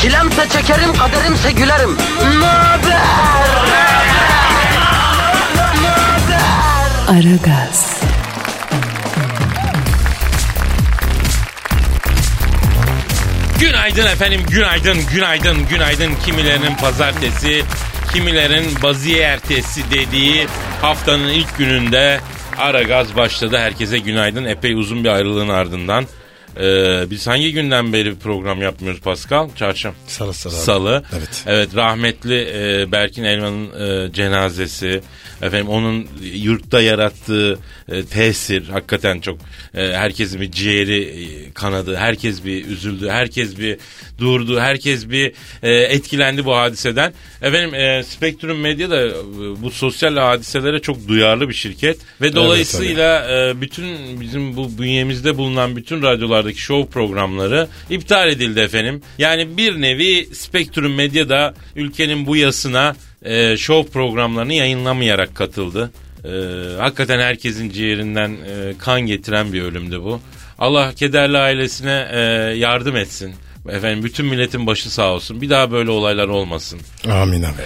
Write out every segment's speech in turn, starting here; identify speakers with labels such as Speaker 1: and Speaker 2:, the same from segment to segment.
Speaker 1: Çilemse çekerim, kaderimse gülerim. Möber!
Speaker 2: Aragaz,
Speaker 3: Günaydın efendim, günaydın, günaydın, günaydın. Kimilerinin pazartesi, kimilerin baziye ertesi dediği haftanın ilk gününde ara gaz başladı. Herkese günaydın. Epey uzun bir ayrılığın ardından. Ee, biz hangi günden beri program yapmıyoruz Pascal? Çarşamba.
Speaker 4: Salı salı abi.
Speaker 3: Salı.
Speaker 4: Evet.
Speaker 3: Evet rahmetli e, Berkin Elvan'ın e, cenazesi. Efendim onun yurtta yarattığı e, tesir hakikaten çok e, herkesin bir ciğeri e, kanadı. Herkes bir üzüldü. Herkes bir durdu. Herkes bir e, etkilendi bu hadiseden. Efendim e, Spektrum Medya da e, bu sosyal hadiselere çok duyarlı bir şirket ve dolayısıyla e, bütün bizim bu bünyemizde bulunan bütün radyolardaki show programları iptal edildi efendim. Yani bir nevi Spektrum Medya da ülkenin bu yasına e, show programlarını yayınlamayarak katıldı. E, hakikaten herkesin ciğerinden e, kan getiren bir ölümdü bu. Allah kederli ailesine e, yardım etsin. Efendim bütün milletin başı sağ olsun. Bir daha böyle olaylar olmasın
Speaker 4: Amin abi.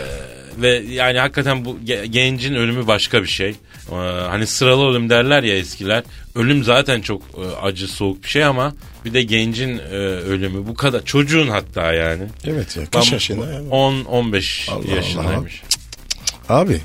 Speaker 3: ve yani hakikaten bu ge- gencin ölümü başka bir şey. Ee, hani sıralı ölüm derler ya eskiler. Ölüm zaten çok e, acı soğuk bir şey ama bir de gencin e, ölümü bu kadar çocuğun hatta yani.
Speaker 4: Evet ya. Kaç
Speaker 3: Ben-
Speaker 4: yaşında ya?
Speaker 3: 10 15
Speaker 4: Allah
Speaker 3: yaşındaymış.
Speaker 4: Abi.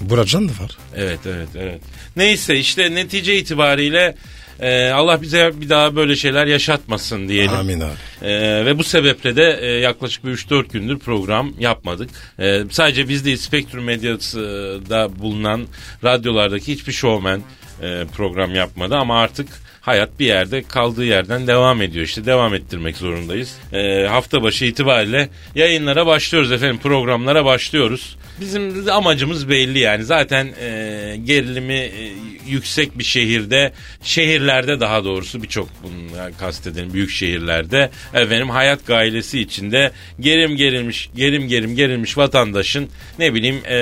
Speaker 4: Buracan da var.
Speaker 3: Evet evet evet. Neyse işte netice itibariyle e, Allah bize bir daha böyle şeyler yaşatmasın diyelim.
Speaker 4: Amin abi.
Speaker 3: Ee, ve bu sebeple de e, yaklaşık bir 3-4 gündür program yapmadık. Ee, sadece biz değil Spektrum Medya'da bulunan radyolardaki hiçbir şovmen e, program yapmadı ama artık hayat bir yerde kaldığı yerden devam ediyor işte devam ettirmek zorundayız. Ee, hafta başı itibariyle yayınlara başlıyoruz efendim programlara başlıyoruz. Bizim de amacımız belli yani zaten e, gerilimi e, yüksek bir şehirde şehirlerde daha doğrusu birçok bununla kastedelim büyük şehirlerde efendim hayat gailesi içinde gerim gerilmiş gerim gerim gerilmiş vatandaşın ne bileyim e,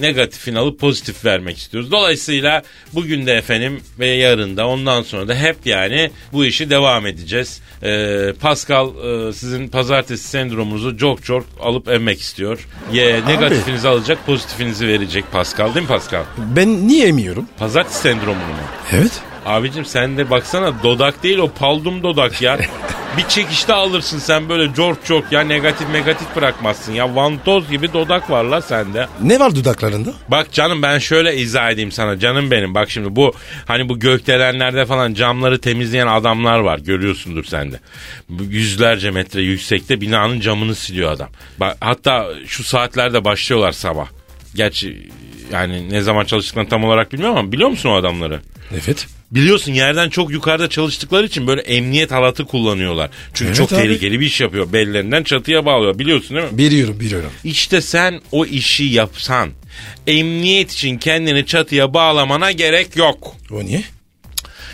Speaker 3: negatifini alıp pozitif vermek istiyoruz. Dolayısıyla bugün de efendim ve yarın da ondan sonra da hep yani bu işi devam edeceğiz. E, Pascal e, sizin pazartesi sendromunuzu çok çok alıp emmek istiyor. Ye, negatifinizi alacak pozitifinizi verecek Pascal değil mi Pascal?
Speaker 4: Ben niye emiyorum?
Speaker 3: Pazartesi sendromunu mu?
Speaker 4: Evet.
Speaker 3: Abicim sen de baksana dodak değil o paldum dodak ya. bir çekişte alırsın sen böyle cork cork ya negatif negatif bırakmazsın ya. Vantoz gibi dodak var la sende.
Speaker 4: Ne var dudaklarında?
Speaker 3: Bak canım ben şöyle izah edeyim sana canım benim. Bak şimdi bu hani bu gökdelenlerde falan camları temizleyen adamlar var görüyorsundur sen de. Bu Yüzlerce metre yüksekte binanın camını siliyor adam. Bak, hatta şu saatlerde başlıyorlar sabah. Gerçi yani ne zaman çalıştıklarını tam olarak bilmiyorum ama biliyor musun o adamları?
Speaker 4: Evet.
Speaker 3: Biliyorsun yerden çok yukarıda çalıştıkları için böyle emniyet halatı kullanıyorlar. Çünkü
Speaker 4: Evet
Speaker 3: çok
Speaker 4: abi.
Speaker 3: tehlikeli bir iş yapıyor. Bellerinden çatıya bağlıyor biliyorsun değil mi?
Speaker 4: Biliyorum biliyorum.
Speaker 3: İşte sen o işi yapsan emniyet için kendini çatıya bağlamana gerek yok.
Speaker 4: O niye?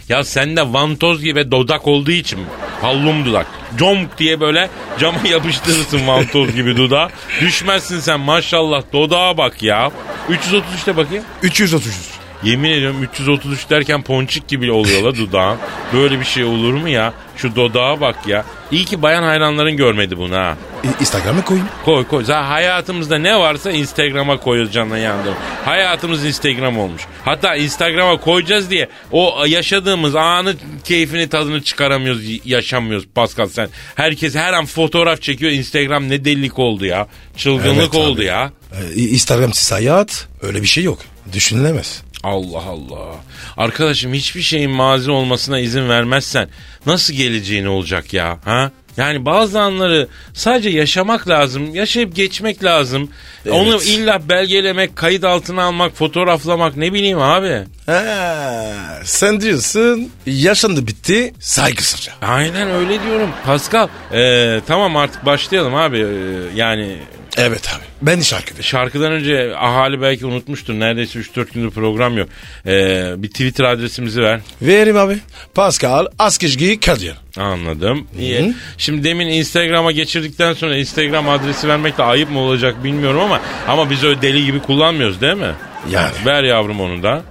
Speaker 3: Ya sende vantoz gibi dodak olduğu için hallum dudak. Comk diye böyle cama yapıştırırsın vantoz gibi dudağa. Düşmezsin sen maşallah dodağa bak ya. 333'te bakayım.
Speaker 4: 333.
Speaker 3: Yemin ediyorum 333 derken ponçik gibi oluyor la dudağın. Böyle bir şey olur mu ya? Şu dodağa bak ya. İyi ki bayan hayranların görmedi bunu ha.
Speaker 4: İ- E, Instagram'a koyayım.
Speaker 3: Koy koy. Zaten hayatımızda ne varsa Instagram'a koyuyoruz canına yandım. Hayatımız Instagram olmuş. Hatta Instagram'a koyacağız diye o yaşadığımız anı keyfini tadını çıkaramıyoruz, y- yaşamıyoruz Pascal sen. Herkes her an fotoğraf çekiyor. Instagram ne delilik oldu ya. Çılgınlık
Speaker 4: Evet abi.
Speaker 3: oldu ya.
Speaker 4: Ee, Instagram'sız hayat öyle bir şey yok. Düşünülemez.
Speaker 3: Allah Allah. Arkadaşım hiçbir şeyin mazi olmasına izin vermezsen nasıl geleceğin olacak ya? Ha? Yani bazı anları sadece yaşamak lazım, yaşayıp geçmek lazım. Onu illa belgelemek, kayıt altına almak, fotoğraflamak ne bileyim abi.
Speaker 4: Ha, sen diyorsun yaşandı bitti saygısızca.
Speaker 3: Aynen öyle diyorum. Pascal, e, tamam artık başlayalım abi. E, yani
Speaker 4: Evet abi. Ben de şarkıcı.
Speaker 3: Şarkıdan önce ahali belki unutmuştur. Neredeyse 3-4 gündür program yok. Ee, bir Twitter adresimizi ver.
Speaker 4: Verim abi. Pascal Askizgi Kadir.
Speaker 3: Anladım. İyi. Şimdi demin Instagram'a geçirdikten sonra Instagram adresi vermek de ayıp mı olacak bilmiyorum ama ama biz öyle deli gibi kullanmıyoruz değil mi?
Speaker 4: Yani.
Speaker 3: Ver yavrum onu da.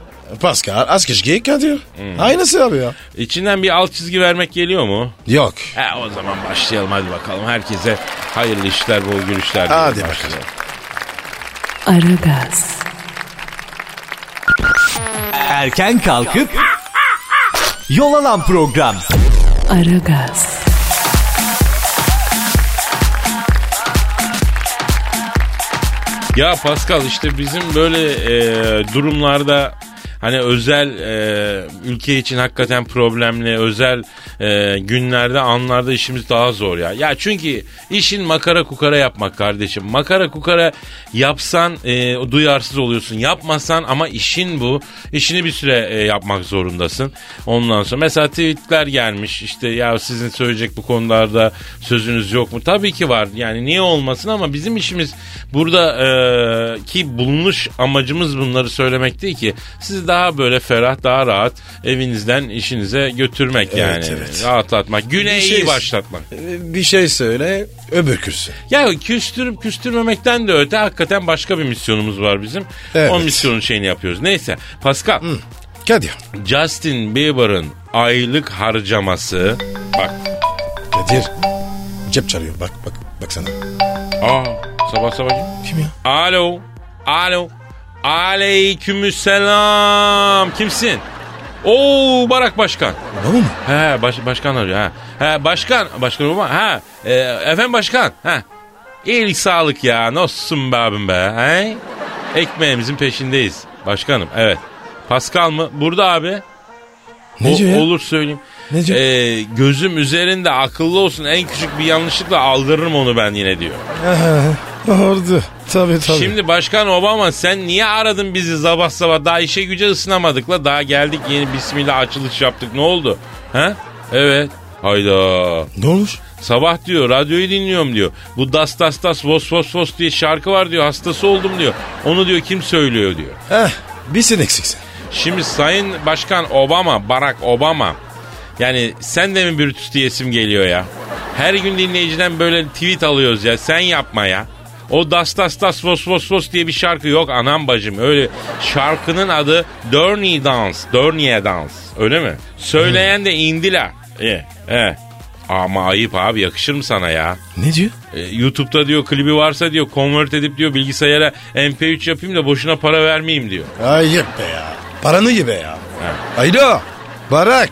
Speaker 4: Pascal Askizgi Kadir. Aynısı abi ya.
Speaker 3: İçinden bir alt çizgi vermek geliyor mu?
Speaker 4: Yok.
Speaker 3: He o zaman başlayalım hadi bakalım. Herkese hayırlı işler, bol gülüşler.
Speaker 4: Hadi
Speaker 3: diyelim.
Speaker 4: bakalım.
Speaker 2: Aragaz,
Speaker 5: Erken kalkıp yol alan program.
Speaker 2: Aragaz,
Speaker 3: Ya Pascal işte bizim böyle e, durumlarda hani özel e, ülke için hakikaten problemli özel e, günlerde anlarda işimiz daha zor ya. Ya çünkü işin makara kukara yapmak kardeşim. Makara kukara yapsan e, o duyarsız oluyorsun. Yapmasan ama işin bu. İşini bir süre e, yapmak zorundasın. Ondan sonra mesela tweetler gelmiş işte ya sizin söyleyecek bu konularda sözünüz yok mu? Tabii ki var. Yani niye olmasın ama bizim işimiz burada e, ki bulunuş amacımız bunları söylemek değil ki. Sizi daha böyle ferah, daha rahat evinizden işinize götürmek yani.
Speaker 4: evet.
Speaker 3: Rahatlatmak. Güne
Speaker 4: Bir
Speaker 3: iyi
Speaker 4: şey-
Speaker 3: başlatmak.
Speaker 4: Ee, Bir şey söyle öbür kürsün.
Speaker 3: Ya küstürüp küstürmemekten de öte hakikaten başka bir misyonumuz var bizim.
Speaker 4: Evet.
Speaker 3: O misyonun şeyini yapıyoruz. Neyse Pascal.
Speaker 4: Kadir.
Speaker 3: Justin Bieber'ın aylık harcaması bak
Speaker 4: Kadir. Cep çalıyor bak bak baksana.
Speaker 3: aa sabah sabah
Speaker 4: Kim ya?
Speaker 3: alo alo aleykümselam kimsin? Oo Barak Başkan.
Speaker 4: Baba mı?
Speaker 3: He baş, başkan arıyor ha. He başkan başkan ama ha e, efendim başkan ha. İyilik sağlık ya nasılsın be abim be he? Ekmeğimizin peşindeyiz başkanım evet. Pascal mı? Burada abi.
Speaker 4: Ne
Speaker 3: O-
Speaker 4: diyor ya?
Speaker 3: Olur söyleyeyim.
Speaker 4: Ne diyor?
Speaker 3: Ee, gözüm üzerinde akıllı olsun en küçük bir yanlışlıkla aldırırım onu ben yine diyor.
Speaker 4: Ordu. Tabii tabii.
Speaker 3: Şimdi Başkan Obama sen niye aradın bizi sabah sabah daha işe güce ısınamadık la daha geldik yeni bismillah açılış yaptık ne oldu? He? Evet. Hayda.
Speaker 4: Ne olmuş?
Speaker 3: Sabah diyor radyoyu dinliyorum diyor. Bu das das das vos vos vos diye şarkı var diyor hastası oldum diyor. Onu diyor kim söylüyor diyor.
Speaker 4: Heh bir sen eksiksin.
Speaker 3: Şimdi Sayın Başkan Obama, Barack Obama. Yani sen de mi Brutus diyesim geliyor ya? Her gün dinleyiciden böyle tweet alıyoruz ya. Sen yapma ya. O das das das vos vos vos diye bir şarkı yok anam bacım. Öyle şarkının adı Durney Dance. Durney Dance. Öyle mi? Söyleyen de Indila. E, e. Ama ayıp abi yakışır mı sana ya?
Speaker 4: Ne diyor?
Speaker 3: E, YouTube'da diyor klibi varsa diyor convert edip diyor bilgisayara MP3 yapayım da boşuna para vermeyeyim diyor.
Speaker 4: Ayıp be ya. Paranı gibi ya. Alo. Barak.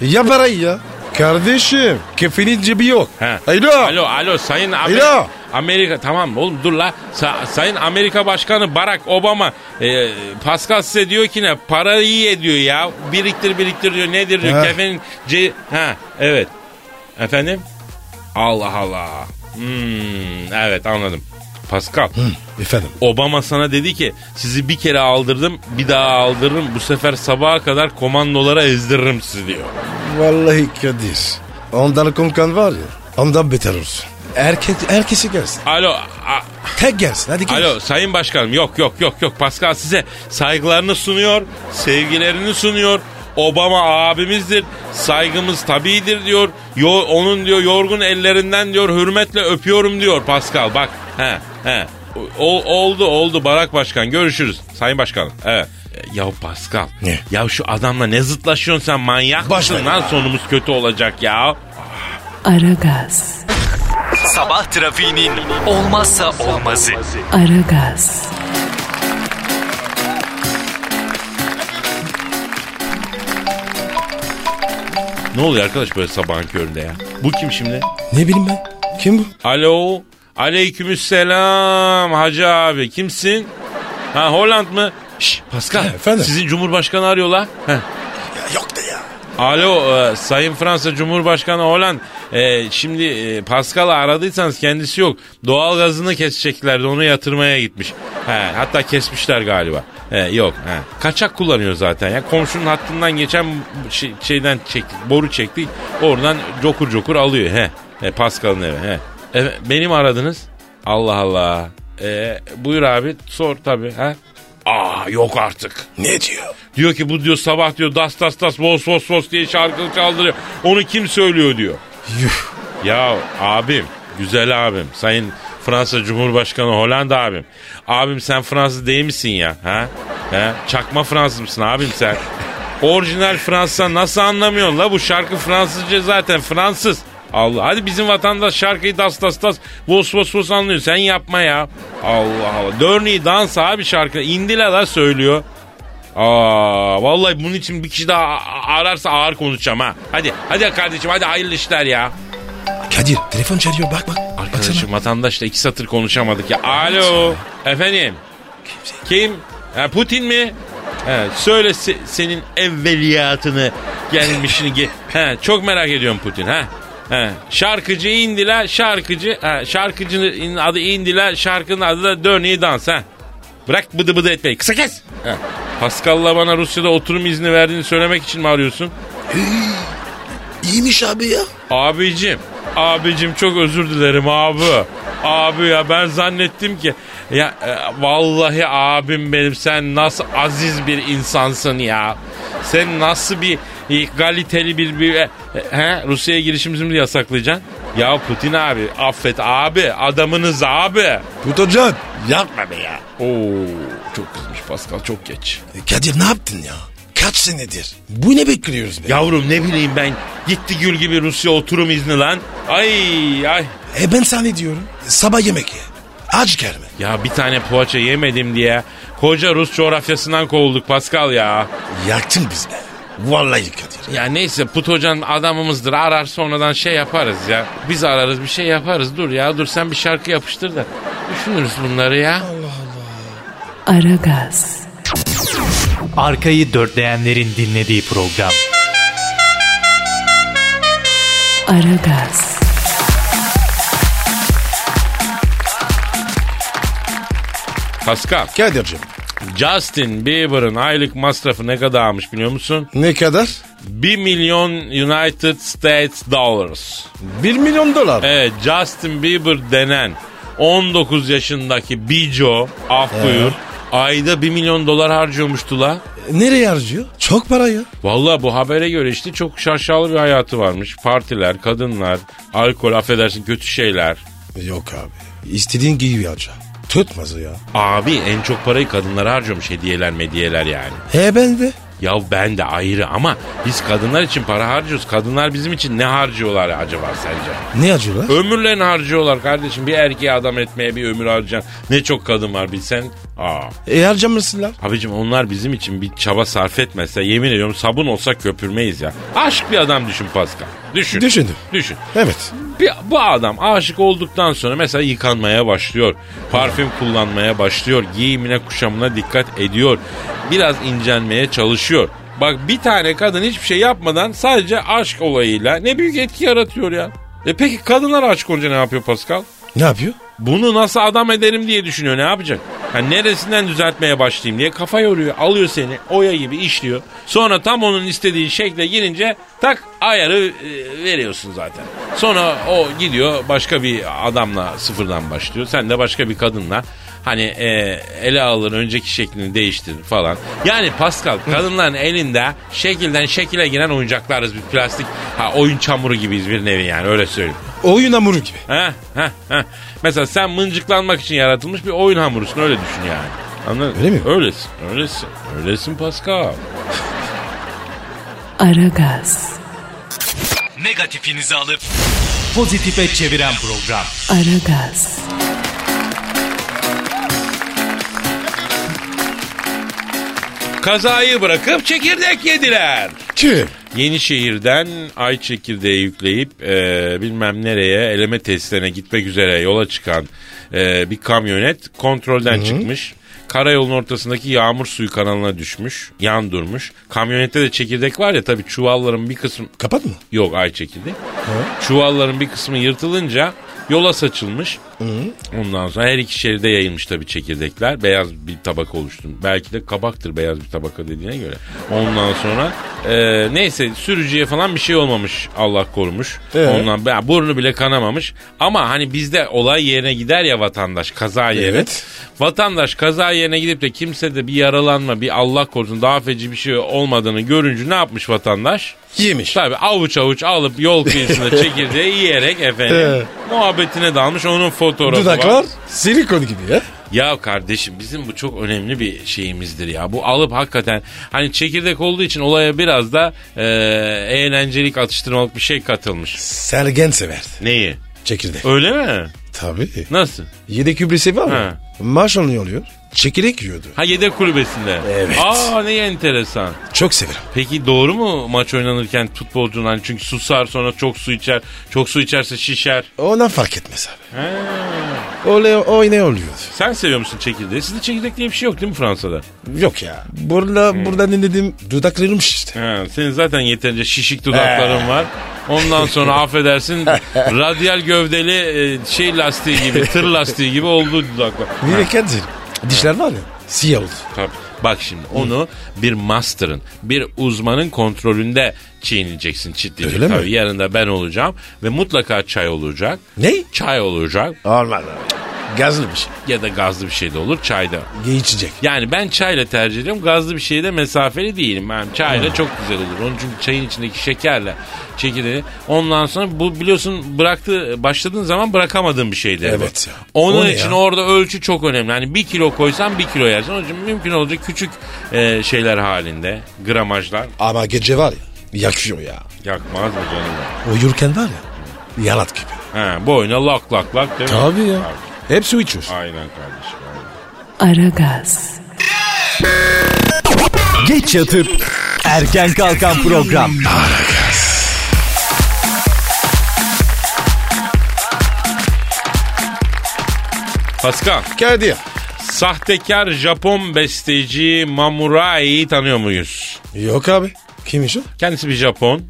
Speaker 4: Ya parayı ya. Kardeşim. Kefenin cebi yok.
Speaker 3: Ha.
Speaker 4: Alo.
Speaker 3: Alo alo sayın Amer-
Speaker 4: Alo.
Speaker 3: Amerika tamam oğlum dur la Sa- sayın Amerika Başkanı Barack Obama e, Pascal size diyor ki ne parayı ye diyor ya biriktir biriktir diyor nedir diyor
Speaker 4: Ha.
Speaker 3: kefenin ce- ha evet efendim Allah Allah Hmm, evet anladım Pascal
Speaker 4: Efendim.
Speaker 3: Obama sana dedi ki sizi bir kere aldırdım bir daha aldırırım bu sefer sabaha kadar komandolara ezdiririm sizi diyor.
Speaker 4: Vallahi Kadir. Ondan konkan var ya. Ondan beter olsun. Erkek, herkesi gelsin.
Speaker 3: Alo a-
Speaker 4: Tek gelsin. Hadi gel.
Speaker 3: Alo Sayın Başkanım yok yok yok yok Pascal size saygılarını sunuyor, sevgilerini sunuyor. Obama abimizdir, saygımız tabidir diyor. Yo, onun diyor yorgun ellerinden diyor hürmetle öpüyorum diyor Pascal bak. He he. O- oldu oldu Barak Başkan görüşürüz Sayın Başkanım. Evet. Ya Pascal.
Speaker 4: Ne?
Speaker 3: Ya şu adamla ne zıtlaşıyorsun sen manyak
Speaker 4: Boş ver
Speaker 3: mısın lan sonumuz kötü olacak ya.
Speaker 2: Aragaz,
Speaker 5: Sabah trafiğinin olmazsa olmazı.
Speaker 2: Aragaz,
Speaker 3: Ne oluyor arkadaş böyle sabahın köründe ya? Bu kim şimdi?
Speaker 4: Ne bileyim ben. Kim bu?
Speaker 3: Alo. Aleykümselam hacı abi. Kimsin? Ha Holland mı? Şş Pascal.
Speaker 4: Efendim?
Speaker 3: Sizin Cumhurbaşkanı arıyorlar. Heh.
Speaker 4: Ya yok da ya.
Speaker 3: Alo e, Sayın Fransa Cumhurbaşkanı Holland. E, şimdi e, Pascal'ı aradıysanız kendisi yok. Doğal gazını keseceklerdi onu yatırmaya gitmiş. He, hatta kesmişler galiba. He, yok. He. Kaçak kullanıyor zaten. Ya komşunun hattından geçen şey- şeyden çektik, boru çektik. Oradan cokur cokur alıyor. He. He Pascal'ın evi. He. E, benim aradınız. Allah Allah. E, buyur abi sor tabii. Ha? Aa yok artık.
Speaker 4: Ne diyor?
Speaker 3: Diyor ki bu diyor sabah diyor das das das vos vos vos diye şarkı çaldırıyor. Onu kim söylüyor diyor.
Speaker 4: Yuh.
Speaker 3: Ya abim, güzel abim, sayın Fransa Cumhurbaşkanı Hollanda abim. Abim sen Fransız değil misin ya? Ha? He? Çakma Fransız mısın abim sen? Orijinal Fransa nasıl anlamıyorsun la? Bu şarkı Fransızca zaten Fransız. Allah hadi bizim vatandaş şarkıyı das das das vos vos vos anlıyor. Sen yapma ya. Allah Allah. Dörneği dans abi şarkı. İndila la söylüyor. Aa vallahi bunun için bir kişi daha a- a- ararsa ağır konuşacağım ha. Hadi hadi kardeşim hadi hayırlı işler ya.
Speaker 4: Kadir telefon çalıyor bak bak.
Speaker 3: Arkadaşım vatandaşla iki satır konuşamadık ya. Alo. Efendim. Kim? Ha, Putin mi? He, söyle se- senin evveliyatını gelmişini. Ge- He, çok merak ediyorum Putin. Ha? He, şarkıcı Indila şarkıcı ha, şarkıcının adı Indila şarkının adı da Döney Dans ha. Bırak bıdı bıdı etmeyi kısa kes. He. Pascal'la bana Rusya'da oturum izni verdiğini söylemek için mi arıyorsun?
Speaker 4: İyiymiş abi ya.
Speaker 3: Abicim, abicim çok özür dilerim abi. Abi ya ben zannettim ki ya e, vallahi abim benim sen nasıl aziz bir insansın ya. Sen nasıl bir e, kaliteli bir, bir e, he, Rusya'ya girişimizi mi yasaklayacaksın? Ya Putin abi affet abi adamınız abi.
Speaker 4: Putacan. Yapma be ya.
Speaker 3: Oo çok kızmış Pascal çok geç.
Speaker 4: E, Kadir ne yaptın ya? Kaç senedir? Bu ne bekliyoruz be?
Speaker 3: Yavrum ne bileyim ben gitti gül gibi Rusya oturum izni lan. Ay ay
Speaker 4: E ben sana diyorum. Sabah yemek ye. Aç gelme.
Speaker 3: Ya bir tane poğaça yemedim diye koca Rus coğrafyasından kovulduk Pascal ya.
Speaker 4: Yaktın bizi be. Vallahi Kadir.
Speaker 3: Ya neyse Put Hocam adamımızdır arar sonradan şey yaparız ya. Biz ararız bir şey yaparız dur ya dur sen bir şarkı yapıştır da düşünürüz bunları ya.
Speaker 2: Aragaz,
Speaker 5: Arkayı dörtleyenlerin dinlediği program.
Speaker 2: Aragaz,
Speaker 3: Pascal
Speaker 4: Kadir'cim.
Speaker 3: Justin Bieber'ın aylık masrafı ne kadar almış biliyor musun?
Speaker 4: Ne kadar?
Speaker 3: 1 milyon United States Dollars.
Speaker 4: 1 milyon dolar.
Speaker 3: Evet Justin Bieber denen 19 yaşındaki Bijo af buyur. Ayda 1 milyon dolar harcıyormuştu la.
Speaker 4: E, Nereye harcıyor? Çok para ya.
Speaker 3: Vallahi bu habere göre işte çok şaşalı bir hayatı varmış. Partiler, kadınlar, alkol affedersin kötü şeyler.
Speaker 4: Yok abi. İstediğin giyiyor harca. Tutmaz o ya.
Speaker 3: Abi en çok parayı kadınlara harcıyormuş hediyeler mediyeler yani.
Speaker 4: E ben de.
Speaker 3: Ya ben de ayrı ama biz kadınlar için para harcıyoruz. Kadınlar bizim için ne harcıyorlar acaba sence?
Speaker 4: Ne harcıyorlar?
Speaker 3: Ömürlerini harcıyorlar kardeşim. Bir erkeği adam etmeye bir ömür harcayan ne çok kadın var bilsen. Aa.
Speaker 4: E harcamışsınlar.
Speaker 3: Abicim onlar bizim için bir çaba sarf etmese yemin ediyorum sabun olsa köpürmeyiz ya. Aşk bir adam düşün Pascal. Düşün.
Speaker 4: Düşündüm.
Speaker 3: Düşün.
Speaker 4: Evet.
Speaker 3: Bir, bu adam aşık olduktan sonra mesela yıkanmaya başlıyor. Parfüm kullanmaya başlıyor. Giyimine kuşamına dikkat ediyor. Biraz incelmeye çalışıyor. Bak bir tane kadın hiçbir şey yapmadan sadece aşk olayıyla ne büyük etki yaratıyor ya. E peki kadınlar aşık olunca ne yapıyor Pascal?
Speaker 4: Ne yapıyor?
Speaker 3: Bunu nasıl adam ederim diye düşünüyor ne yapacak? Ha, neresinden düzeltmeye başlayayım diye kafa yoruyor. Alıyor seni oya gibi işliyor. Sonra tam onun istediği şekle girince tak ayarı e, veriyorsun zaten. Sonra o gidiyor başka bir adamla sıfırdan başlıyor. Sen de başka bir kadınla hani e, ele alır önceki şeklini değiştirir falan. Yani Pascal kadınların elinde şekilden şekile giren oyuncaklarız. Bir plastik ha, oyun çamuru gibiyiz bir nevi yani öyle söyleyeyim.
Speaker 4: Oyun hamuru gibi.
Speaker 3: Heh, heh, heh. Mesela sen mıncıklanmak için yaratılmış bir oyun hamurusun öyle düşün yani. Anladın?
Speaker 4: Öyle mi?
Speaker 3: Öylesin, öylesin. Öylesin Pascal.
Speaker 2: Aragaz,
Speaker 5: Negatifinizi alıp pozitife çeviren program.
Speaker 2: Aragaz,
Speaker 3: Kazayı bırakıp çekirdek yediler.
Speaker 4: Kim?
Speaker 3: Yenişehir'den ay çekirdeği yükleyip e, bilmem nereye eleme testlerine gitmek üzere yola çıkan e, bir kamyonet kontrolden çıkmış. Karayolun ortasındaki yağmur suyu kanalına düşmüş, yan durmuş. Kamyonette de çekirdek var ya tabii çuvalların bir kısmı
Speaker 4: Kapat mı?
Speaker 3: Yok ay çekirdeği. Çuvalların bir kısmı yırtılınca yola saçılmış. Ondan sonra her iki şeride yayılmış tabii çekirdekler. Beyaz bir tabaka oluştu. Belki de kabaktır beyaz bir tabaka dediğine göre. Ondan sonra e, neyse sürücüye falan bir şey olmamış. Allah korumuş.
Speaker 4: Ee?
Speaker 3: Ondan ya burnu bile kanamamış. Ama hani bizde olay yerine gider ya vatandaş kaza yerine.
Speaker 4: Evet.
Speaker 3: Vatandaş kaza yerine gidip de kimse de bir yaralanma bir Allah korusun daha feci bir şey olmadığını görünce ne yapmış vatandaş?
Speaker 4: Yemiş.
Speaker 3: Tabii avuç avuç alıp yol kıyısında çekirdeği yiyerek
Speaker 4: Evet.
Speaker 3: efendim muhabbetine dalmış onun fotoğrafı var.
Speaker 4: Dudaklar silikon gibi ya.
Speaker 3: Ya kardeşim bizim bu çok önemli bir şeyimizdir ya. Bu alıp hakikaten hani çekirdek olduğu için olaya biraz da e, eğlencelik atıştırmalık bir şey katılmış.
Speaker 4: Sergen sever.
Speaker 3: Neyi?
Speaker 4: Çekirdek.
Speaker 3: Öyle mi?
Speaker 4: Tabii.
Speaker 3: Nasıl?
Speaker 4: Yedek kübresi var mı? Maaş alıyor. Çekirdek yiyordu.
Speaker 3: Ha yedek kulübesinde.
Speaker 4: Evet.
Speaker 3: Aa ne enteresan.
Speaker 4: Çok severim.
Speaker 3: Peki doğru mu maç oynanırken futbolcunun hani çünkü susar sonra çok su içer. Çok su içerse şişer.
Speaker 4: Ona fark etmez abi.
Speaker 3: He.
Speaker 4: Olay, o ne oluyor?
Speaker 3: Sen seviyor musun çekirdeği? Sizde çekirdek diye bir şey yok değil mi Fransa'da?
Speaker 4: Yok ya. Burada, Burada ne dedim? Dudaklarım şişti.
Speaker 3: He, senin zaten yeterince şişik dudakların
Speaker 4: He.
Speaker 3: var. Ondan sonra affedersin radyal gövdeli e, şey lastiği gibi, tır lastiği gibi oldu dudaklar.
Speaker 4: Bir de kendim. Dişler var ya. Siyah oldu.
Speaker 3: Tabii. Bak şimdi onu bir master'ın, bir uzmanın kontrolünde çiğneyeceksin çitleyecek.
Speaker 4: Öyle mi?
Speaker 3: Tabii yanında ben olacağım ve mutlaka çay olacak.
Speaker 4: Ne?
Speaker 3: Çay olacak
Speaker 4: Normal. Gazlı bir şey.
Speaker 3: ya da gazlı bir şey de olur çayda.
Speaker 4: Ye içecek.
Speaker 3: Yani ben çayla tercih ediyorum. Gazlı bir şeyde mesafeli değilim. Ben çayla çok güzel olur. Onun çünkü çayın içindeki şekerle çekirdeği. Ondan sonra bu biliyorsun bıraktı başladığın zaman bırakamadığın bir şeydi.
Speaker 4: Evet ya.
Speaker 3: Onun
Speaker 4: O ne
Speaker 3: için
Speaker 4: ya?
Speaker 3: orada ölçü çok önemli. Hani bir kilo koysan bir kilo yersin. Onun için mümkün olacak küçük e, şeyler halinde. Gramajlar.
Speaker 4: Ama gece var ya. Yakıyor ya.
Speaker 3: Yakmaz mı canım?
Speaker 4: Uyurken var ya. Yalat gibi.
Speaker 3: He, boyuna lak lak lak değil mi?
Speaker 4: Tabii ya. Hep su içiyoruz.
Speaker 3: Aynen kardeşim. aynen.
Speaker 2: Aragaz,
Speaker 5: Geç yatıp erken kalkan program.
Speaker 3: Pascal,
Speaker 4: Geldi ya.
Speaker 3: sahtekar Japon besteci Mamurai'yi tanıyor muyuz?
Speaker 4: Yok abi. Kimmiş o?
Speaker 3: Kendisi bir Japon.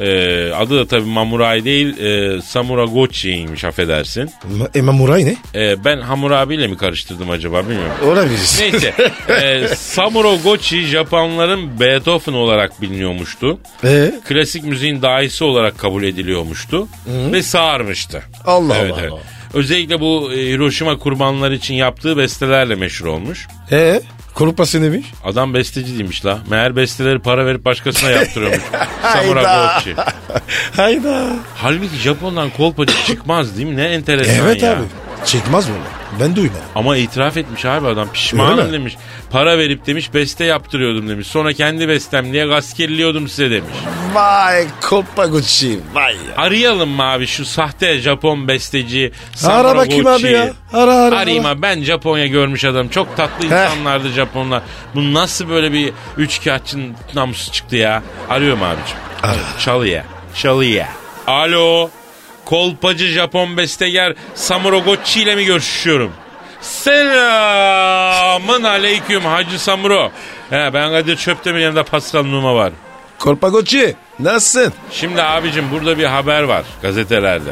Speaker 3: Ee, adı da tabii Mamurai değil, e, Samuragochi'ymiş affedersin.
Speaker 4: Ma- e, Mamurai ne?
Speaker 3: Ee, ben Hammurabi ile mi karıştırdım acaba bilmiyorum.
Speaker 4: Olabilir.
Speaker 3: Neyse, e, Samuragochi Japonların Beethoven olarak biliniyormuştu.
Speaker 4: Ee?
Speaker 3: Klasik müziğin dahisi olarak kabul ediliyormuştu ve sağırmıştı.
Speaker 4: Allah Allah Allah.
Speaker 3: Özellikle bu e, Hiroşima kurbanları için yaptığı bestelerle meşhur olmuş.
Speaker 4: Ee? Korupası neymiş?
Speaker 3: Adam besteci değilmiş la. Meğer besteleri para verip başkasına yaptırıyormuş. Samuragochi.
Speaker 4: Hayda.
Speaker 3: Halbuki Japon'dan kolpacı çıkmaz değil mi? Ne enteresan
Speaker 4: Evet
Speaker 3: ya.
Speaker 4: abi. Çekmez bunu. Ben duymadım.
Speaker 3: Ama itiraf etmiş abi adam
Speaker 4: Öyle
Speaker 3: pişmanım
Speaker 4: mi?
Speaker 3: demiş. Para verip demiş beste yaptırıyordum demiş. Sonra kendi bestem diye gaskelliyordum size demiş.
Speaker 4: Vay Koppa Gucci. Vay ya.
Speaker 3: Arayalım mı abi şu sahte Japon besteci
Speaker 4: Ara bakayım abi
Speaker 3: Samuragochi'yi?
Speaker 4: ya. Ara ara.
Speaker 3: Arayayım
Speaker 4: ara.
Speaker 3: abi ben Japonya görmüş adam. Çok tatlı insanlardı Japonlar. Bu nasıl böyle bir üçkağıtçının namusu çıktı ya. Arıyorum abicim.
Speaker 4: Ara.
Speaker 3: Çalıya. Çalıya. Alo. Kolpacı Japon besteger Samuragochi ile mi görüşüyorum? Selamın aleyküm Hacı Samuro. He, ben Kadir Çöptemir yanımda Pascal Numa var.
Speaker 4: Kolpa Gucci. Nasılsın?
Speaker 3: Şimdi abicim burada bir haber var gazetelerde.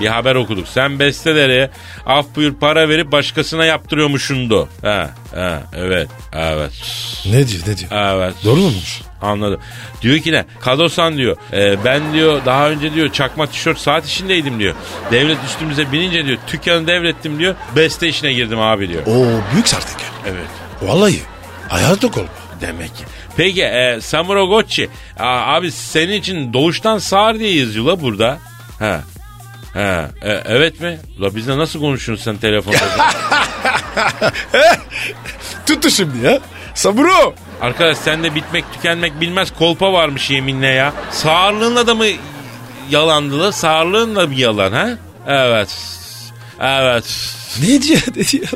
Speaker 3: Bir haber okuduk. Sen besteleri af buyur para verip başkasına yaptırıyormuşundu. Ha, ha, evet, evet,
Speaker 4: Ne diyor ne diyor?
Speaker 3: evet.
Speaker 4: Doğru muymuş?
Speaker 3: Anladım. Diyor ki ne? Kadosan diyor. "e, ben diyor daha önce diyor çakma tişört saat işindeydim diyor. Devlet üstümüze binince diyor dükkanı devrettim diyor. Beste işine girdim abi diyor.
Speaker 4: Oo büyük sardık.
Speaker 3: Evet.
Speaker 4: Vallahi. Hayatı kolpa.
Speaker 3: Demek ki. Peki e, Samuragochi a- abi senin için doğuştan sağır diye yazıyor la burada. He. He. E, evet mi? La bizle nasıl konuşuyorsun sen telefonda?
Speaker 4: Tuttu şimdi ya. Saburo.
Speaker 3: Arkadaş sende bitmek tükenmek bilmez kolpa varmış yeminle ya. Sağırlığınla da mı yalandı la? Sağırlığınla mı yalan ha? Evet. Evet.
Speaker 4: Ne diyor ne diyor?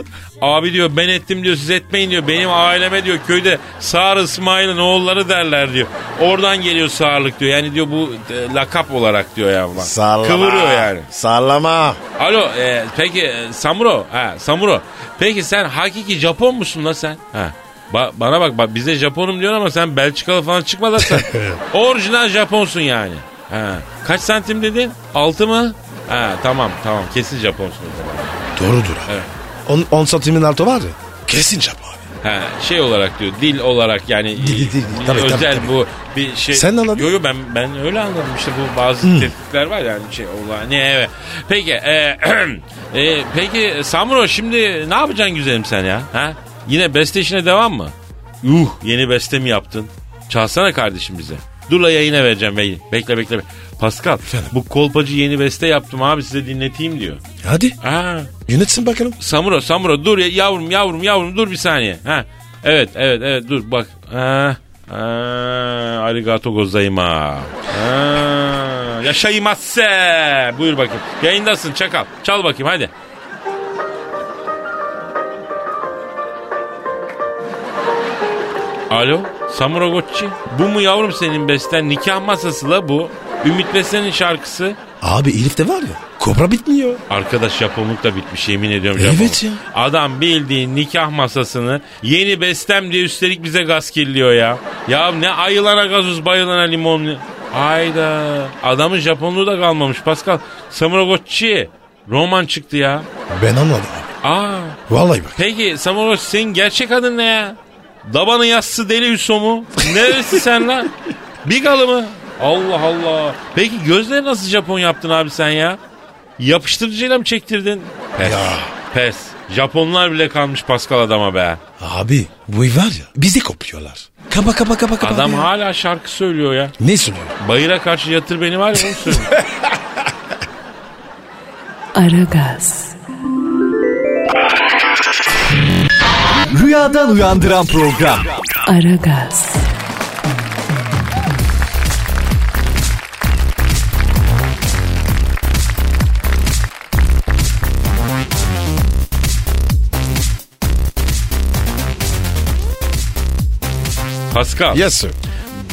Speaker 3: Abi diyor ben ettim diyor siz etmeyin diyor. Benim aileme diyor köyde Sağır İsmail'in oğulları derler diyor. Oradan geliyor sağırlık diyor. Yani diyor bu e, lakap olarak diyor ya. bunlar. Kıvırıyor yani.
Speaker 4: Sallama.
Speaker 3: Alo e, peki e, Samuro. Ha, Samuro. Peki sen hakiki Japon musun la sen? Ha. Ba- bana bak, bak bize Japonum diyorsun ama sen Belçikalı falan çıkma da sen. Orijinal Japonsun yani. Ha. Kaç santim dedin? Altı mı? Ha, tamam tamam kesin Japonsun o zaman.
Speaker 4: Doğrudur abi.
Speaker 3: Evet.
Speaker 4: 10 santimin altı var ya. Kesin çap abi.
Speaker 3: Ha, şey olarak diyor dil olarak yani
Speaker 4: Dil, dil, dil.
Speaker 3: e,
Speaker 4: Tabii, tabii,
Speaker 3: özel
Speaker 4: tabii.
Speaker 3: bu bir şey.
Speaker 4: Sen anladın.
Speaker 3: Yo yo ben ben öyle anladım işte bu bazı tetkikler var yani şey ola ne evet. Peki e, e, peki Samro şimdi ne yapacaksın güzelim sen ya? Ha? Yine beste işine devam mı? Yuh yeni beste mi yaptın? Çalsana kardeşim bize. Dur la yayına vereceğim beni. Bekle bekle. Pascal bu kolpacı yeni beste yaptım abi size dinleteyim diyor.
Speaker 4: Hadi
Speaker 3: Aa,
Speaker 4: yönetsin bakalım.
Speaker 3: Samuro Samuro dur ya, yavrum yavrum yavrum dur bir saniye. Ha. Evet evet evet dur bak. Ha. Ha. Arigato gozaima. Ha. Yaşayimazse. Buyur bakayım. Yayındasın çakal. Çal bakayım hadi. Alo Samuro Gocci. Bu mu yavrum senin besten? Nikah masası la bu. Ümit Besen'in şarkısı.
Speaker 4: Abi Elif de var ya. Kobra bitmiyor.
Speaker 3: Arkadaş yapımlık da bitmiş yemin ediyorum.
Speaker 4: Evet
Speaker 3: yapımlık.
Speaker 4: ya.
Speaker 3: Adam bildiğin nikah masasını yeni bestem diye üstelik bize gaz kirliyor ya. Ya ne ayılana gazoz bayılana limon. Hayda. Adamın Japonluğu da kalmamış Pascal. Samuragotchi. Roman çıktı ya.
Speaker 4: Ben anladım abi.
Speaker 3: Aa.
Speaker 4: Vallahi bak.
Speaker 3: Peki Samuragotchi senin gerçek adın ne ya? Dabanın yassı deli Hüso mu? Neresi sen lan? Bigalı mı? Allah Allah. Peki gözleri nasıl Japon yaptın abi sen ya? Yapıştırıcıyla mı çektirdin? Pes.
Speaker 4: Ya.
Speaker 3: Pes. Japonlar bile kalmış Pascal adama be.
Speaker 4: Abi bu ev var ya bizi kopuyorlar. Kapa kapa kapa kapa.
Speaker 3: Adam
Speaker 4: abi ya.
Speaker 3: hala şarkı söylüyor ya.
Speaker 4: Ne sunuyor?
Speaker 3: Bayıra karşı yatır beni var ya onu söylüyor.
Speaker 2: Aragaz,
Speaker 5: Rüyadan uyandıran program.
Speaker 2: Aragaz,
Speaker 3: Pascal.
Speaker 4: Yes sir.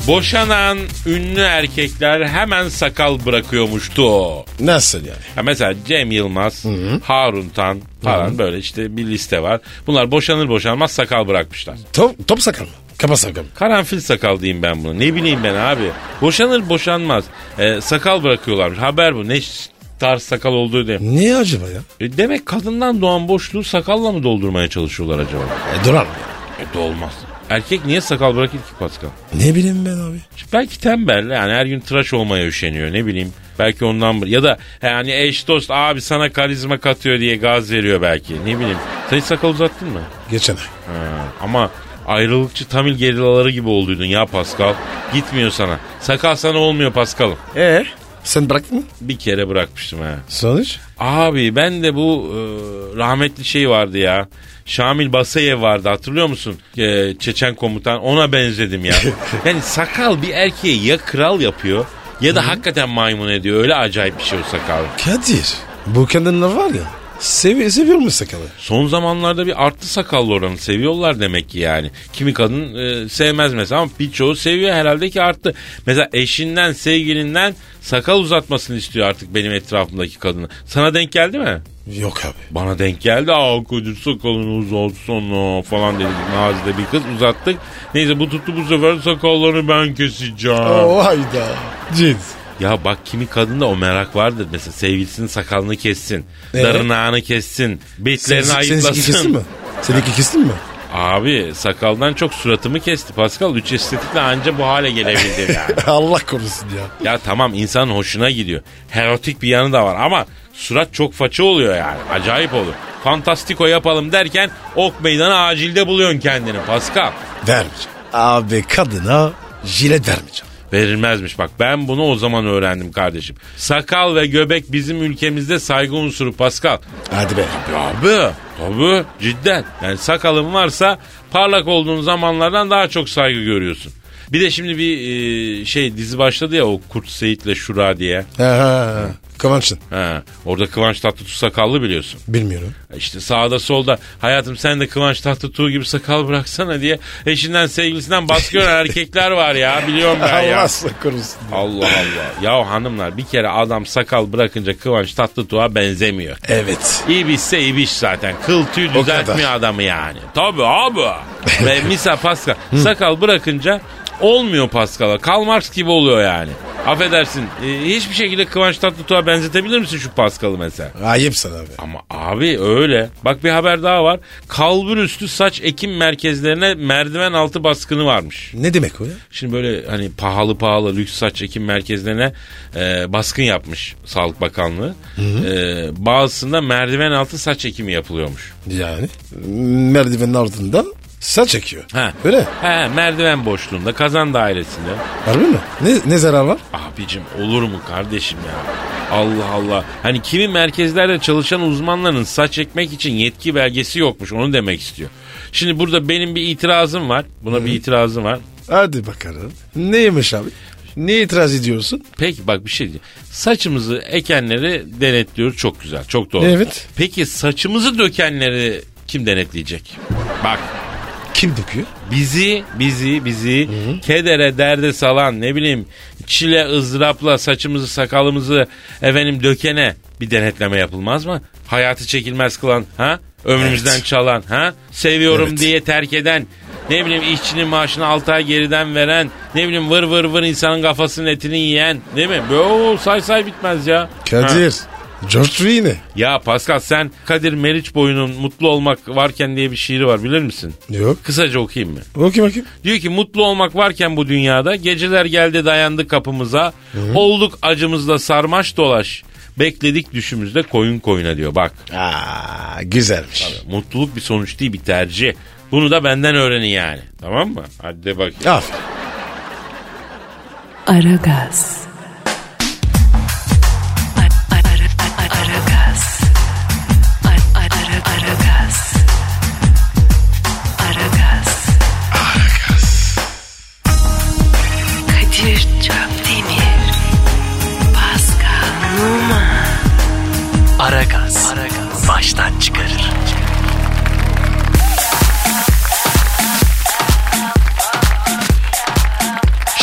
Speaker 3: Boşanan ünlü erkekler hemen sakal bırakıyormuştu.
Speaker 4: Nasıl yani?
Speaker 3: Ya mesela Cem Yılmaz, Harun Tan falan böyle işte bir liste var. Bunlar boşanır boşanmaz sakal bırakmışlar.
Speaker 4: Top, top sakal mı? Kapa sakal mı?
Speaker 3: Karanfil sakal diyeyim ben bunu. Ne bileyim ben abi. Boşanır boşanmaz e, sakal bırakıyorlarmış. Haber bu. Ne ş- tarz sakal olduğu diye.
Speaker 4: Niye acaba ya?
Speaker 3: E, demek kadından doğan boşluğu sakalla mı doldurmaya çalışıyorlar acaba?
Speaker 4: E, durar mı? ya?
Speaker 3: E dolmaz. Erkek niye sakal bırakır ki Pascal?
Speaker 4: Ne bileyim ben abi.
Speaker 3: Belki tembel yani her gün tıraş olmaya üşeniyor ne bileyim. Belki ondan ya da yani eş dost abi sana karizma katıyor diye gaz veriyor belki ne bileyim. Sen hiç sakal uzattın mı?
Speaker 4: Geçen ay.
Speaker 3: Ha, ama ayrılıkçı Tamil gerilaları gibi olduydun ya Pascal. Gitmiyor sana. Sakal sana olmuyor Pascal'ım.
Speaker 4: Ee? Sen bıraktın mı?
Speaker 3: Bir kere bırakmıştım ha.
Speaker 4: Sonuç?
Speaker 3: Abi ben de bu e, rahmetli şey vardı ya. Şamil Basayev vardı hatırlıyor musun? E, Çeçen komutan ona benzedim ya. yani sakal bir erkeği ya kral yapıyor ya da hakikaten maymun ediyor. Öyle acayip bir şey o sakal.
Speaker 4: Kadir. Bu kadınlar var ya. Sevi seviyor mu sakalı?
Speaker 3: Son zamanlarda bir arttı sakallı oranı seviyorlar demek ki yani. Kimi kadın e, sevmez mesela ama birçoğu seviyor herhalde ki arttı. Mesela eşinden, sevgilinden sakal uzatmasını istiyor artık benim etrafımdaki kadını. Sana denk geldi mi?
Speaker 4: Yok abi.
Speaker 3: Bana denk geldi. Aa Kadir sakalın uzatsana falan dedik. Nazide bir kız uzattık. Neyse bu tuttu bu sefer sakalları ben keseceğim.
Speaker 4: Oo Oh, hayda. Cins.
Speaker 3: Ya bak kimi kadında o merak vardır. Mesela sevgilisinin sakalını kessin.
Speaker 4: Ee?
Speaker 3: Darınağını kessin. Bitlerini
Speaker 4: Seninki
Speaker 3: ayıplasın.
Speaker 4: kestin mi? Seninki kestin mi?
Speaker 3: Abi sakaldan çok suratımı kesti Pascal. Üç estetikle anca bu hale gelebildim yani.
Speaker 4: Allah korusun ya.
Speaker 3: ya tamam insanın hoşuna gidiyor. Erotik bir yanı da var ama surat çok façı oluyor yani. Acayip olur. Fantastiko yapalım derken ok meydanı acilde buluyorsun kendini Pascal.
Speaker 4: Vermeyeceğim. Abi kadına jilet vermeyeceğim.
Speaker 3: Verilmezmiş bak ben bunu o zaman öğrendim kardeşim. Sakal ve göbek bizim ülkemizde saygı unsuru Pascal.
Speaker 4: Hadi be.
Speaker 3: Abi tabi cidden. Yani sakalın varsa parlak olduğun zamanlardan daha çok saygı görüyorsun. Bir de şimdi bir e, şey dizi başladı ya o Kurt Seyit'le Şura diye.
Speaker 4: Ha, Kıvanç'ın.
Speaker 3: Ha, orada Kıvanç Tatlıtuğ sakallı biliyorsun.
Speaker 4: Bilmiyorum.
Speaker 3: İşte sağda solda hayatım sen de Kıvanç Tatlıtuğ gibi sakal bıraksana diye eşinden sevgilisinden baskı gören erkekler var ya biliyorum ben ya.
Speaker 4: Allah sana korusun.
Speaker 3: Allah Allah. Ya hanımlar bir kere adam sakal bırakınca Kıvanç Tatlıtuğ'a benzemiyor.
Speaker 4: Evet.
Speaker 3: İbişse ibiş zaten. Kıl tüy düzeltmiyor
Speaker 4: kadar.
Speaker 3: adamı yani. Tabii abi. Ve misa Pascal. sakal bırakınca olmuyor Pascal'a. Karl Marx gibi oluyor yani. Affedersin. e, hiçbir şekilde Kıvanç Tatlıtuğ'a benzetebilir misin şu Paskal'ı mesela?
Speaker 4: Ayıp sana be.
Speaker 3: Ama abi öyle. Bak bir haber daha var. Kalbur üstü saç ekim merkezlerine merdiven altı baskını varmış.
Speaker 4: Ne demek o ya?
Speaker 3: Şimdi böyle hani pahalı pahalı lüks saç ekim merkezlerine e, baskın yapmış Sağlık Bakanlığı. E, bazısında merdiven altı saç ekimi yapılıyormuş.
Speaker 4: Yani merdivenin ardında saç çekiyor.
Speaker 3: Ha.
Speaker 4: Öyle.
Speaker 3: He, merdiven boşluğunda kazan dairesinde.
Speaker 4: Harbi mi? Ne, ne zarar var?
Speaker 3: Abicim olur mu kardeşim ya? Allah Allah. Hani kimi merkezlerde çalışan uzmanların saç ekmek için yetki belgesi yokmuş onu demek istiyor. Şimdi burada benim bir itirazım var. Buna bir itirazım var.
Speaker 4: Hadi bakalım. Neymiş abi? Niye itiraz ediyorsun?
Speaker 3: Peki bak bir şey diyeceğim. Saçımızı ekenleri denetliyoruz çok güzel çok doğru.
Speaker 4: Evet.
Speaker 3: Peki saçımızı dökenleri kim denetleyecek? Bak
Speaker 4: Kim döküyor?
Speaker 3: bizi bizi bizi kedere derde salan ne bileyim çile ızdırapla saçımızı sakalımızı efendim dökene bir denetleme yapılmaz mı? Hayatı çekilmez kılan ha? Ömrümüzden
Speaker 4: Evet.
Speaker 3: çalan ha? Seviyorum
Speaker 4: Evet.
Speaker 3: diye terk eden ne bileyim işçinin maaşını 6 ay geriden veren ne bileyim vır vır vır insanın kafasının etini yiyen değil mi? Böyle o say say bitmez ya. Ha.
Speaker 4: Kadir. George Rene.
Speaker 3: Ya Pascal sen Kadir Meriç boyunun mutlu olmak varken diye bir şiiri var bilir misin?
Speaker 4: Yok.
Speaker 3: Kısaca okuyayım mı?
Speaker 4: Bakayım bakayım.
Speaker 3: Diyor ki mutlu olmak varken bu dünyada geceler geldi dayandı kapımıza. Olduk acımızla sarmaş dolaş. Bekledik düşümüzde koyun koyuna diyor bak.
Speaker 4: Aa, güzelmiş.
Speaker 3: Mutluluk bir sonuç değil bir tercih. Bunu da benden öğrenin yani. Tamam mı? Hadi de bakayım.
Speaker 4: Aferin.
Speaker 2: Aragaz. Ara- ara- ara- Aragaz. Ara- ara- Aragaz. Aragaz. Kadir Çöpdemir. Pascal Numa.
Speaker 6: Aragaz. Baştan çıkarır.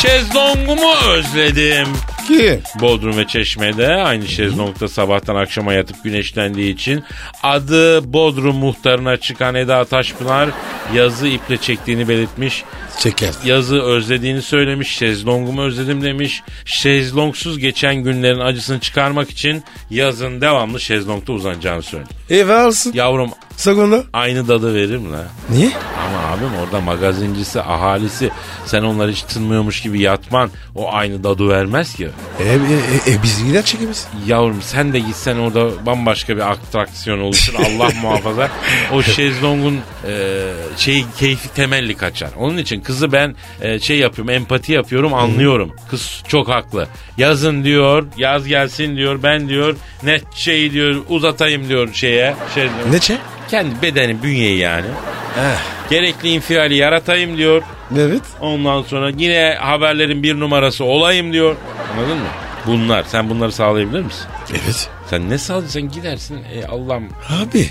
Speaker 3: Şezlongumu özledim.
Speaker 4: Kim?
Speaker 3: Bodrum ve Çeşme'de aynı şezlongda sabahtan akşama yatıp güneşlendiği için adı Bodrum muhtarına çıkan Eda Taşpınar yazı iple çektiğini belirtmiş.
Speaker 4: Çeker.
Speaker 3: yazı özlediğini söylemiş. Şezlongumu özledim demiş. Şezlongsuz geçen günlerin acısını çıkarmak için yazın devamlı şezlongda uzanacağını söyledi.
Speaker 4: E varsın.
Speaker 3: Yavrum
Speaker 4: Sakınla.
Speaker 3: aynı dadı verir mi la?
Speaker 4: Niye?
Speaker 3: Ama abim orada magazincisi, ahalisi sen onları hiç tınmıyormuş gibi yatman o aynı dadı vermez ki.
Speaker 4: E, e, e, e, biz gider çekimiz.
Speaker 3: Yavrum sen de gitsen orada bambaşka bir atraksiyon oluşur Allah muhafaza. O şezlongun e, şey keyfi temelli kaçar. Onun için kızı ben e, şey yapıyorum empati yapıyorum anlıyorum. Kız çok haklı. Yazın diyor yaz gelsin diyor ben diyor net şeyi diyor uzatayım diyor şeye. şezlonga.
Speaker 4: Ne çek?
Speaker 3: Kendi bedeni bünyeyi yani.
Speaker 4: Eh.
Speaker 3: Gerekli infiali yaratayım diyor.
Speaker 4: Evet.
Speaker 3: Ondan sonra yine haberlerin bir numarası olayım diyor. Anladın mı? Bunlar. Sen bunları sağlayabilir misin?
Speaker 4: Evet.
Speaker 3: Sen ne sağladın? Sen gidersin. E Allah'ım.
Speaker 4: Abi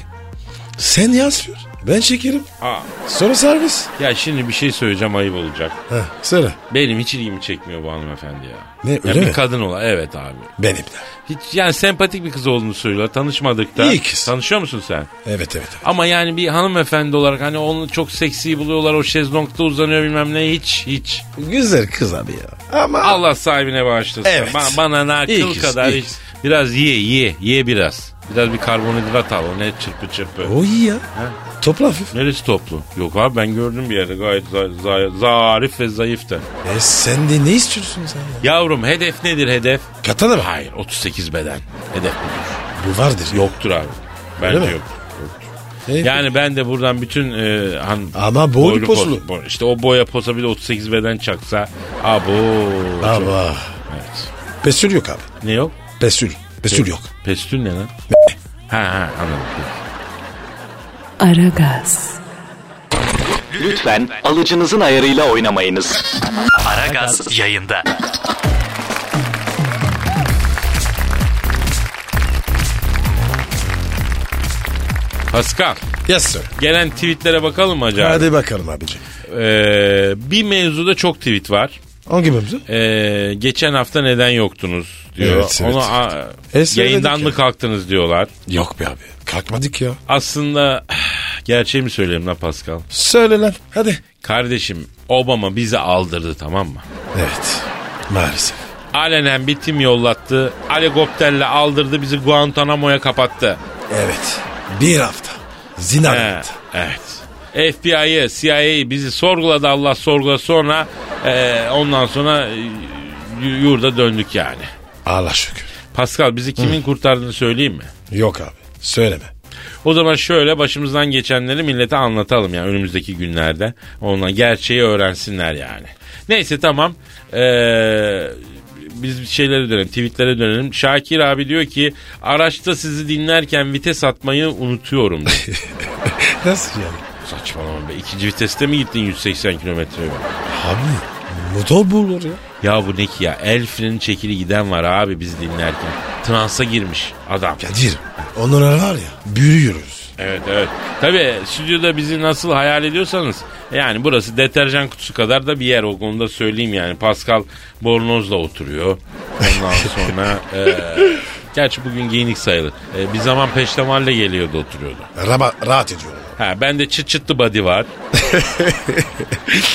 Speaker 4: sen yazıyor. Ben çekerim.
Speaker 3: Aa,
Speaker 4: Sonra servis.
Speaker 3: ya şimdi bir şey söyleyeceğim ayıp olacak.
Speaker 4: Heh, söyle.
Speaker 3: Benim hiç ilgimi çekmiyor bu hanımefendi ya.
Speaker 4: Ne,
Speaker 3: Ya
Speaker 4: öyle
Speaker 3: bir
Speaker 4: mi?
Speaker 3: kadın ola evet abi.
Speaker 4: Benim de.
Speaker 3: Hiç yani sempatik bir kız olduğunu söylüyorlar. Tanışmadık da.
Speaker 4: İyi kız.
Speaker 3: Tanışıyor musun sen?
Speaker 4: Evet evet.
Speaker 3: Ama yani bir hanımefendi olarak hani onu çok seksi buluyorlar. O şezlongda uzanıyor bilmem ne. Hiç hiç.
Speaker 4: Güzel kız abi ya. Ama
Speaker 3: Allah sahibine bağışlasın.
Speaker 4: Evet.
Speaker 3: Ba- bana ne
Speaker 4: İyi
Speaker 3: akıl
Speaker 4: kız,
Speaker 3: kadar.
Speaker 4: iyi
Speaker 3: hiç-
Speaker 4: kız.
Speaker 3: Biraz ye ye ye biraz. Biraz bir karbonhidrat al. O ne çırpı çırpı.
Speaker 4: o iyi ya. Topla hafif.
Speaker 3: Neresi toplu? Yok abi ben gördüm bir yerde gayet za- za- zarif ve zayıf da.
Speaker 4: E sen de ne istiyorsun sen ya?
Speaker 3: Yavrum hedef nedir hedef?
Speaker 4: Katana mı?
Speaker 3: Hayır 38 beden. Hedef budur.
Speaker 4: Bu vardır.
Speaker 3: Yoktur abi. Bence
Speaker 4: Öyle mi?
Speaker 3: yok.
Speaker 4: E,
Speaker 3: Yani ben de buradan bütün e, han,
Speaker 4: Ama boylu
Speaker 3: pos-
Speaker 4: posulu.
Speaker 3: boy- işte o boya posa bile 38 beden çaksa. Abo. Çok-
Speaker 4: Ama
Speaker 3: Evet.
Speaker 4: pesül yok abi.
Speaker 3: Ne yok?
Speaker 4: Pesül. Pesül yok.
Speaker 3: Pestül ne lan? ha ha anladım.
Speaker 2: Aragaz.
Speaker 6: Lütfen alıcınızın ayarıyla oynamayınız. Aragaz yayında.
Speaker 3: Pascal
Speaker 4: Yes sir.
Speaker 3: gelen tweetlere bakalım mı acaba?
Speaker 4: Hadi bakalım abicim.
Speaker 3: Ee, bir mevzuda çok tweet var.
Speaker 4: Hangi mevzu?
Speaker 3: Ee, geçen hafta neden yoktunuz diyor.
Speaker 4: Evet, evet,
Speaker 3: Ona
Speaker 4: evet.
Speaker 3: a-
Speaker 4: E, söyledik
Speaker 3: yayından mı
Speaker 4: yani.
Speaker 3: kalktınız diyorlar.
Speaker 4: Yok be abi. Kalkmadık ya.
Speaker 3: Aslında gerçeği mi söyleyeyim lan Pascal?
Speaker 4: Söyle lan. Hadi.
Speaker 3: Kardeşim Obama bizi aldırdı tamam mı?
Speaker 4: Evet. Maalesef.
Speaker 3: Alenen bir tim yollattı. Helikopterle aldırdı bizi Guantanamo'ya kapattı.
Speaker 4: Evet. Bir hafta. Zindan.
Speaker 3: He, evet. FBI'yi, CIA'yi bizi sorguladı Allah sorgula sonra e, ondan sonra e, yu- yurda döndük yani.
Speaker 4: Allah şükür.
Speaker 3: Pascal bizi kimin kurtardığını söyleyeyim mi?
Speaker 4: Yok abi. Söyleme.
Speaker 3: O zaman şöyle başımızdan geçenleri millete anlatalım yani önümüzdeki günlerde. Onunla gerçeği öğrensinler yani. Neyse tamam. Ee, biz şeylere dönelim, tweetlere dönelim. Şakir abi diyor ki araçta sizi dinlerken vites atmayı unutuyorum. diyor.
Speaker 4: Nasıl yani?
Speaker 3: Saçmalama be. İkinci viteste mi gittin 180 kilometre yol?
Speaker 4: Abi motor bulur ya.
Speaker 3: Ya bu ne ki ya? El freni çekili giden var abi bizi dinlerken. Transa girmiş adam.
Speaker 4: Kadir onlara var ya büyüyoruz.
Speaker 3: Evet evet. Tabii stüdyoda bizi nasıl hayal ediyorsanız yani burası deterjan kutusu kadar da bir yer o konuda söyleyeyim yani. Pascal Bornoz'la oturuyor. Ondan sonra e, gerçi bugün giyinik sayılır. E, bir zaman peştemalle geliyordu oturuyordu.
Speaker 4: Raba, rahat ediyorum.
Speaker 3: Ha ben de çıt çıtlı body var.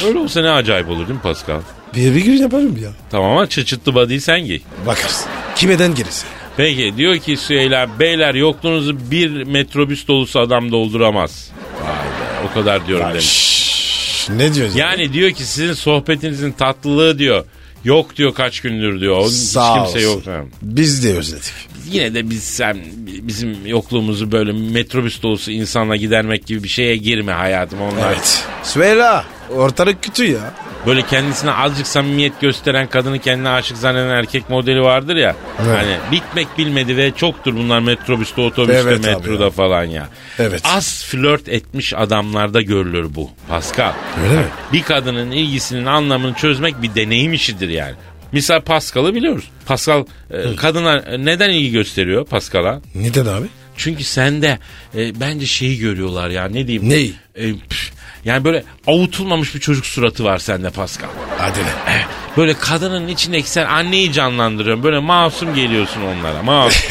Speaker 3: Öyle olsa ne acayip olur değil mi Pascal?
Speaker 4: Bir, bir gün yaparım ya.
Speaker 3: Tamam ama çıt çıtlı body'yi sen giy.
Speaker 4: Bakarsın. Kimeden gerisi?
Speaker 3: Peki diyor ki Süheyla beyler yokluğunuzu bir metrobüs dolusu adam dolduramaz. Vay be o kadar diyorum demiş.
Speaker 4: Şşş, ne diyorsun?
Speaker 3: Yani diyor ki sizin sohbetinizin tatlılığı diyor. Yok diyor kaç gündür diyor. Onun Hiç
Speaker 4: Sağ
Speaker 3: kimse
Speaker 4: olsun.
Speaker 3: yok. Ha.
Speaker 4: Biz de özledik.
Speaker 3: Yine de biz sen bizim yokluğumuzu böyle metrobüs dolusu insanla gidermek gibi bir şeye girme hayatım onlar.
Speaker 4: Evet. Süheyla ortalık kötü ya.
Speaker 3: Böyle kendisine azıcık samimiyet gösteren kadını kendine aşık zanneden erkek modeli vardır ya.
Speaker 4: Evet.
Speaker 3: Hani bitmek bilmedi ve çoktur bunlar metrobüste, otobüste,
Speaker 4: Evet abi
Speaker 3: metroda
Speaker 4: ya.
Speaker 3: falan ya.
Speaker 4: Evet.
Speaker 3: Az flört etmiş adamlarda görülür bu. Pascal.
Speaker 4: Öyle mi?
Speaker 3: Bir kadının ilgisinin anlamını çözmek bir deneyim işidir yani. Misal Pascal'ı biliyoruz. Pascal e, kadına e, neden ilgi gösteriyor Pascal'a?
Speaker 4: Neden abi?
Speaker 3: Çünkü sende e, bence şeyi görüyorlar ya ne diyeyim.
Speaker 4: Neyi?
Speaker 3: E, püf, yani böyle avutulmamış bir çocuk suratı var sende Pascal.
Speaker 4: Hadi lan.
Speaker 3: Böyle kadının içindeki sen anneyi canlandırıyorsun. Böyle masum geliyorsun onlara. Masum.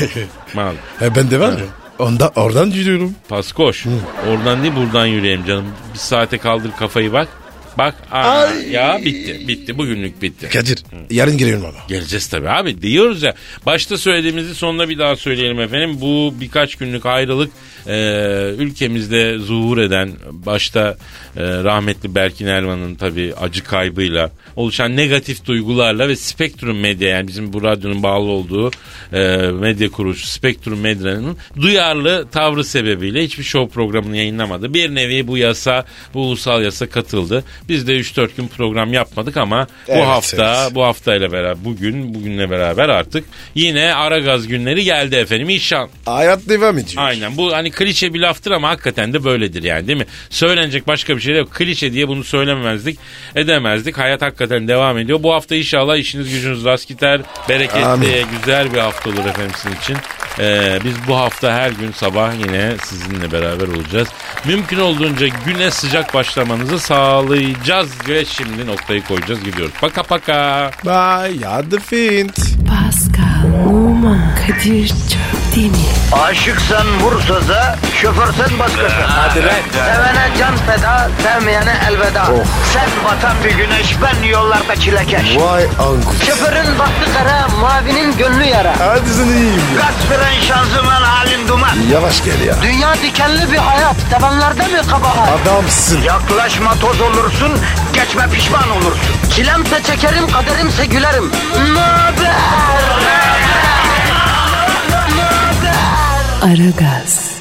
Speaker 3: masum.
Speaker 4: E, ben de var ya. Onda, oradan yürüyorum.
Speaker 3: Paskoş. Oradan değil buradan yürüyelim canım. Bir saate kaldır kafayı bak. Bak aa, ya bitti bitti bugünlük bitti.
Speaker 4: Kadir yarın giriyorum ama.
Speaker 3: Geleceğiz tabii abi diyoruz ya. Başta söylediğimizi sonuna bir daha söyleyelim efendim. Bu birkaç günlük ayrılık e, ülkemizde zuhur eden başta e, rahmetli Berkin Elvan'ın tabii acı kaybıyla oluşan negatif duygularla ve Spektrum Medya yani bizim bu radyonun bağlı olduğu e, medya kuruluşu Spektrum Medya'nın duyarlı tavrı sebebiyle hiçbir show programını yayınlamadı. Bir nevi bu yasa, bu ulusal yasa katıldı. Biz de 3-4 gün program yapmadık ama
Speaker 4: Evet,
Speaker 3: bu hafta
Speaker 4: evet.
Speaker 3: bu haftayla beraber bugün bugünle beraber artık yine ara gaz günleri geldi efendim inşallah.
Speaker 4: Hayat devam ediyor.
Speaker 3: Aynen bu hani klişe bir laftır ama hakikaten de böyledir yani değil mi? Söylenecek başka bir şey de yok. Klişe diye bunu söylememezdik edemezdik. Hayat hakikaten devam ediyor. Bu hafta inşallah işiniz gücünüz rast gider. Bereketli
Speaker 4: Amin.
Speaker 3: güzel bir hafta olur efendim sizin için. Ee, biz bu hafta her gün sabah yine sizinle beraber olacağız. Mümkün olduğunca güne sıcak başlamanızı sağlayacağız ve şimdi noktayı koyacağız gidiyoruz. Paka paka.
Speaker 4: Bye hadi fint.
Speaker 2: Pascal, Oman, Kadir çok değil mi?
Speaker 1: Aşıksan vursa da, şoförsen başkasın. Hadi
Speaker 4: lan.
Speaker 1: Sevene can feda, sevmeyene elveda. Sen batan bir güneş, ben yollarda çilekeş.
Speaker 4: Vay anku.
Speaker 1: Şoförün baktı kara, mavinin gönlü yara.
Speaker 4: Hadi sen iyiyim ya.
Speaker 1: Kasperen şanzıman halin duman.
Speaker 4: Yavaş gel ya.
Speaker 1: Dünya dikenli bir hayat, sevenlerde mi kabahar?
Speaker 4: Adamsın.
Speaker 1: Yaklaşma toz olursun, geçme pişman olursun. Çilemse çekerim, kaderimse gülerim. Möber!
Speaker 2: Aragaz.